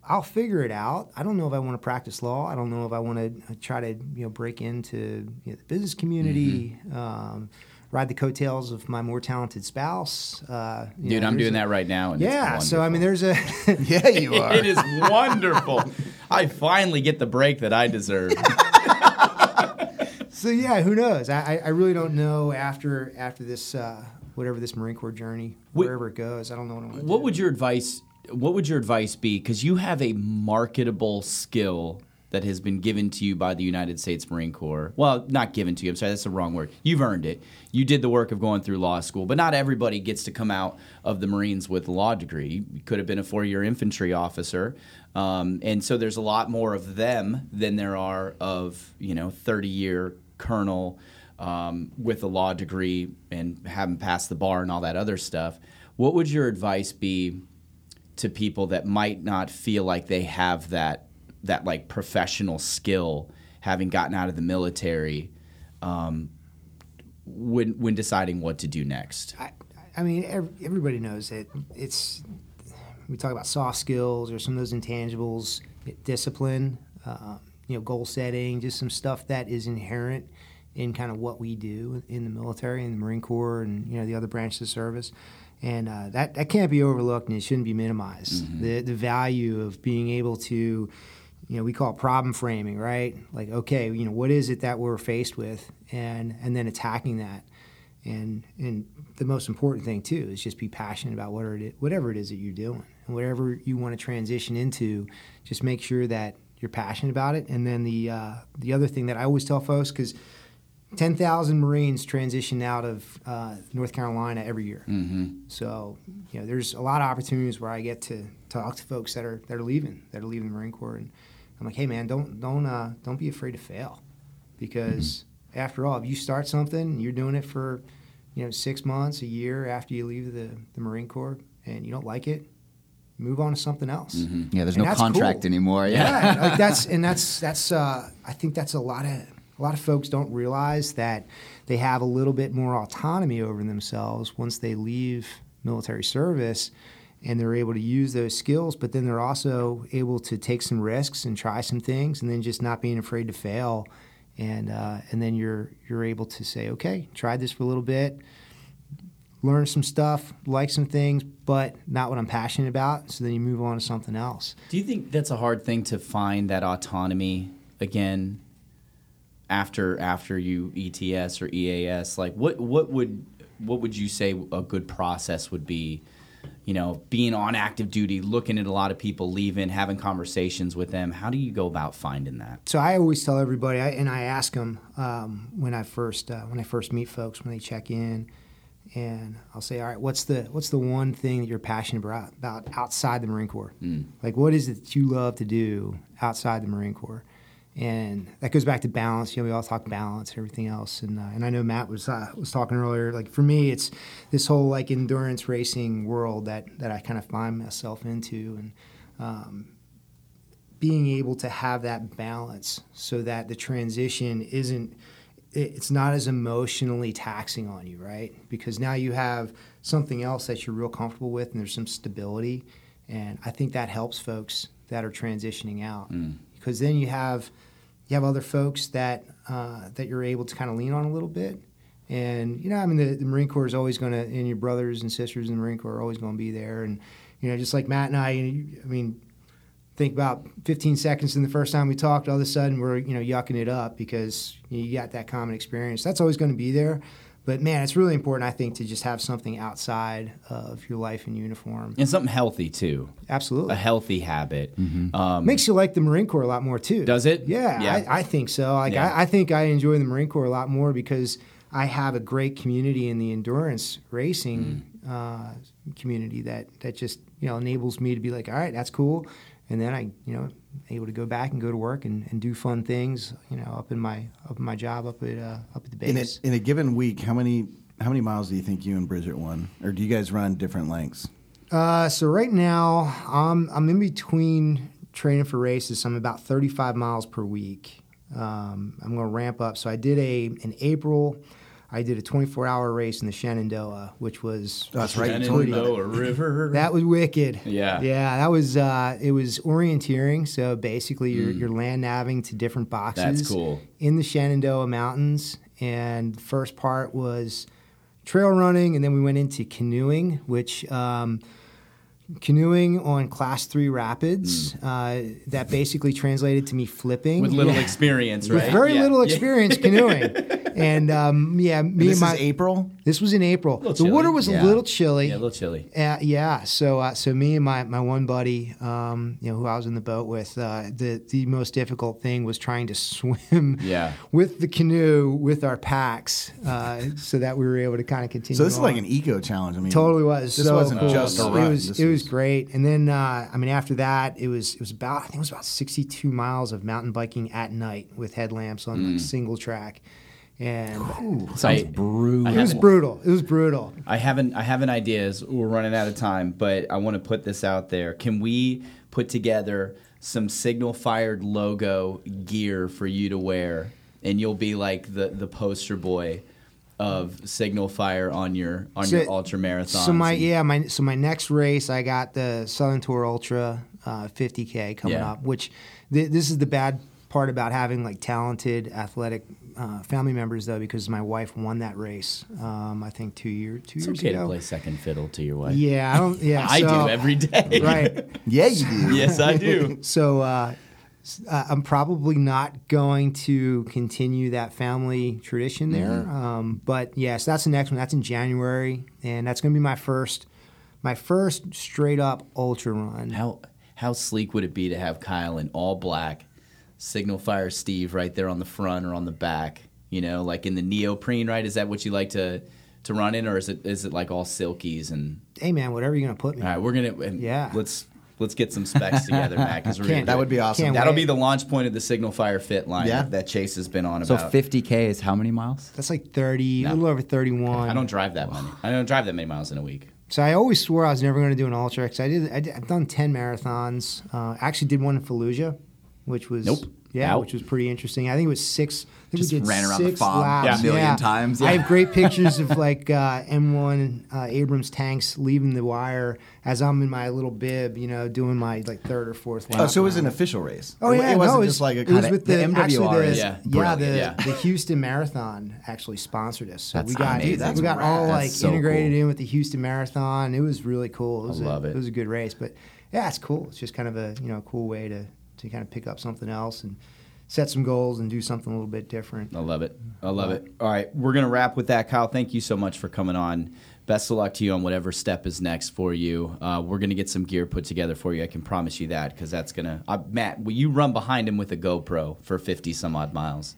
I'll figure it out. I don't know if I want to practice law. I uh, don't Mm-hmm. know if I want to try to you know break into you know, the business community. Um, ride the coattails of my more talented spouse. Uh, you Dude, know, I'm there's doing a- that right now. And it's Yeah, so I mean, there's a Yeah, you are. It is wonderful. I finally get the break that I deserve. so yeah. Who knows? I, I- I really don't know after after this uh, whatever this Marine Corps journey Wh- wherever it goes. I don't know what I'm gonna what do. would your advice what would your advice be cuz you have a marketable skill that has been given to you by the United States Marine Corps. Well, not given to you. I'm sorry, that's the wrong word. You've earned it. You did the work of going through law school, but not everybody gets to come out of the Marines with a law degree. You could have been a four year infantry officer. Um, and so there's a lot more of them than there are of, you know, 30 year colonel um, with a law degree and having passed the bar and all that other stuff. What would your advice be to people that might not feel like they have that that like professional skill, having gotten out of the military, um, when when deciding what to do next? I, I mean, ev everybody knows it. It's we talk about soft skills or some of those intangibles, discipline, uh, you know, goal setting, just some stuff that is inherent in kind of what we do in the military and the Marine Corps and you know the other branches of service. And uh, that that can't be overlooked and it shouldn't be minimized. The the value of being able to you know we call it problem framing right like okay you know what is it that we're faced with and and then attacking that and and the most important thing too is just be passionate about whatever it is, whatever it is that you're doing and whatever you want to transition into just make sure that you're passionate about it and then the uh, the other thing that I always tell folks because 10,000 Marines transition out of uh, North Carolina every year. So, you know, there's a lot of opportunities where I get to talk to folks that are that are leaving, that are leaving the Marine Corps, and I'm like, hey, man, don't don't uh, don't be afraid to fail, because after all, if you start something, and you're doing it for, you know, six months, a year after you leave the the Marine Corps, and you don't like it, move on to something else. Yeah, there's And no that's contract cool. anymore. Yeah. Yeah, like that's and that's that's uh, I think that's a lot of a lot of folks don't realize that they have a little bit more autonomy over themselves once they leave military service and they're able to use those skills but then they're also able to take some risks and try some things and then just not being afraid to fail and uh, and then you're you're able to say okay tried this for a little bit learn some stuff like some things but not what i'm passionate about so then you move on to something else Do you think that's a hard thing to find that autonomy again after after you ETS or EAS? Like what what would what would you say a good process would be? You know, being on active duty, looking at a lot of people leaving, having conversations with them. How do you go about finding that? so I always tell everybody, I, and I ask them um, when I first uh, when I first meet folks when they check in, and I'll say, all right, what's the what's the one thing that you're passionate about, about outside the Marine Corps? Like, what is it that you love to do outside the Marine Corps? And that goes back to balance. You know, we all talk balance and everything else. And uh, and I know Matt was uh, was talking earlier. Like for me, it's this whole like endurance racing world that that I kind of find myself into, and being able to have that balance so that the transition isn't it- it's not as emotionally taxing on you right because now you have something else that you're real comfortable with and there's some stability and i think that helps folks that are transitioning out because then you have you have other folks that uh, that you're able to kind of lean on a little bit and you know i mean the, the marine corps is always going to and your brothers and sisters in the marine corps are always going to be there and you know just like matt and i you- i mean think about 15 seconds in the first time we talked all of a sudden we're you know yucking it up because you got that common experience that's always going to be there but man it's really important i think to just have something outside of your life in uniform And something healthy too, a absolutely healthy habit. Um, Mm-hmm. makes you like the marine corps a lot more too Does it? yeah, Yeah. I, I think so like Yeah. I, I think i enjoy the marine corps a lot more because i have a great community in the endurance Mm. racing uh, community that that just you know enables me to be like all right that's cool and then i you know able to go back and go to work and, and do fun things you know up in my up in my job up at uh, up at the in a, base in a given week, how many how many miles do you think you and Bridget won, or do you guys run different lengths? Uh, so right now, I'm I'm in between training for races. I'm about 35 miles per week. Um, I'm going to ramp up. So I did a in April. I did a 24 hour race in the Shenandoah, which was uh, That's right. You told me about it. Shenandoah River. that was wicked. Yeah. yeah, that was uh, it was orienteering. So basically, you're you're land navigation to different boxes. Mm. cool. In the Shenandoah Mountains, and the first part was trail running, and then we went into canoeing, which um, canoeing on class three rapids uh, that basically translated to me flipping Mm. with little Yeah. experience, right? With very Yeah. little Yeah. experience canoeing, and um, yeah, me and, This my is April. this was in April. The chilly. water was Yeah. a little chilly. Yeah, a little chilly. Uh, yeah. So uh, so me and my, my one buddy, um, you know, who I was in the boat with, uh, the the most difficult thing was trying to swim. Yeah. With the canoe with our packs, uh, so that we were able to kind of continue. So this is like on. an eco challenge. I mean, Totally was. This so wasn't cool. just a It run. was This it was- was great. And then uh, I mean after that it was it was about I think it was about 62 miles of mountain biking at night with headlamps on like single track. And Sounds brutal. it was brutal. It was brutal. I haven't I haven't ideas. We're running out of time, but I want to put this out there. Can we put together some signal fired logo gear for you to wear and you'll be like the the poster boy of signal fire on your on your So- ultra marathon. So my yeah my so my next race I got the Southern Tour Ultra uh, 50k coming Yeah. up, which th- this is the bad part about having like talented athletic uh, family members though because my wife won that race um, I think two year two it's years okay to ago. play second fiddle to your wife. Yeah, I don't. Yeah, I so- do every day. Right. Yeah, you do. yes, I do. So uh, s- uh, I'm probably not going to continue that family tradition Mm-hmm. there. Um, but yes, that's the next one. That's in January, and that's going to be my first, my first straight up ultra run. How how sleek would it be to have Kyle in all black, signal fire Steve right there on the front or on the back? You know, like in the neoprene, right? Is that what you like to to run in, or is it is it like all silkies and? Hey man, whatever you're going to put me. All right, we're gonna and Yeah. Let's let's get some specs together, Matt, because we're gonna Can't- do That would it. be awesome. Can't That'll wait. be the launch point of the signal fire fit line Yeah. that Chase has been on So about. 50k is how many miles? That's like 30, No. a little over 31. I don't drive that many. I don't drive that many miles in a week. So I always swore I was never going to do an ultra because I did, I did. I've done ten marathons. Uh, I actually did one in Fallujah, which was Nope. Yeah, Out. which was pretty interesting. I think it was six. I think Just we did ran around the six fob laps. a million times, I yeah. have great pictures of like uh, M1 uh, Abrams tanks leaving the wire as I'm in my little bib, you know, doing my like third or fourth lap. Oh, so it was an around. official race. Oh It- yeah, it wasn't no, just like a it was kind of with the, the actually MWRA. Yeah, the, yeah, brilliant, the, yeah. the Houston Marathon actually sponsored us. So we That's got amazing. Dude, we that's got all rad. like That's so integrated cool. in with the Houston Marathon. It was really cool. It was love a, it. It was a good race, but yeah, it's cool. It's just kind of a you know a cool way to to kind of pick up something else and set some goals and do something a little bit different. I love it. I love it. All right, we're gonna wrap with that, Kyle. Thank you so much for coming on. Best of luck to you on whatever step is next for you. Uh, we're gonna get some gear put together for you. I can promise you that because that's gonna. Uh, Matt, will you run behind him with a GoPro for fifty some odd miles?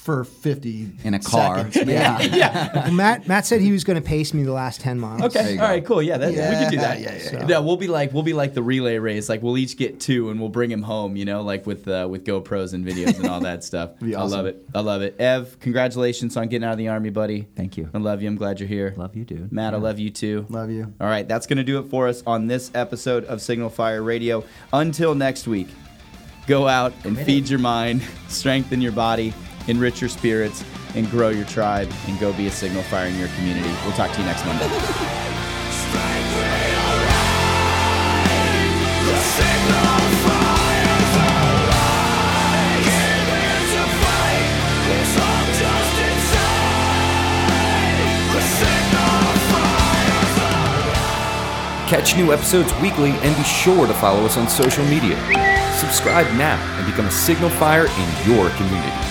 for fifty In a car. seconds, maybe. Yeah. Well, Matt Matt said he was going to pace me the last ten miles. Okay. All right. Cool. Yeah, that, we can do that. Yeah, Yeah, yeah, yeah, We'll be like we'll be like the relay race. Like we'll each get two and we'll bring him home. You know, like with uh, with GoPros and videos and all that stuff. Be I love awesome. it. I love it. Ev, congratulations on getting out of the army, buddy. Thank you. I love you. I'm glad you're here. Love you, dude. Um, Matt, I love you too. Love you. All right, that's going to do it for us on this episode of Signal Fire Radio. Until next week, go out and feed your mind, strengthen your body, enrich your spirits, and grow your tribe, and go be a signal fire in your community. We'll talk to you next Monday. Catch new episodes weekly and be sure to follow us on social media. Subscribe now and become a signal fire in your community.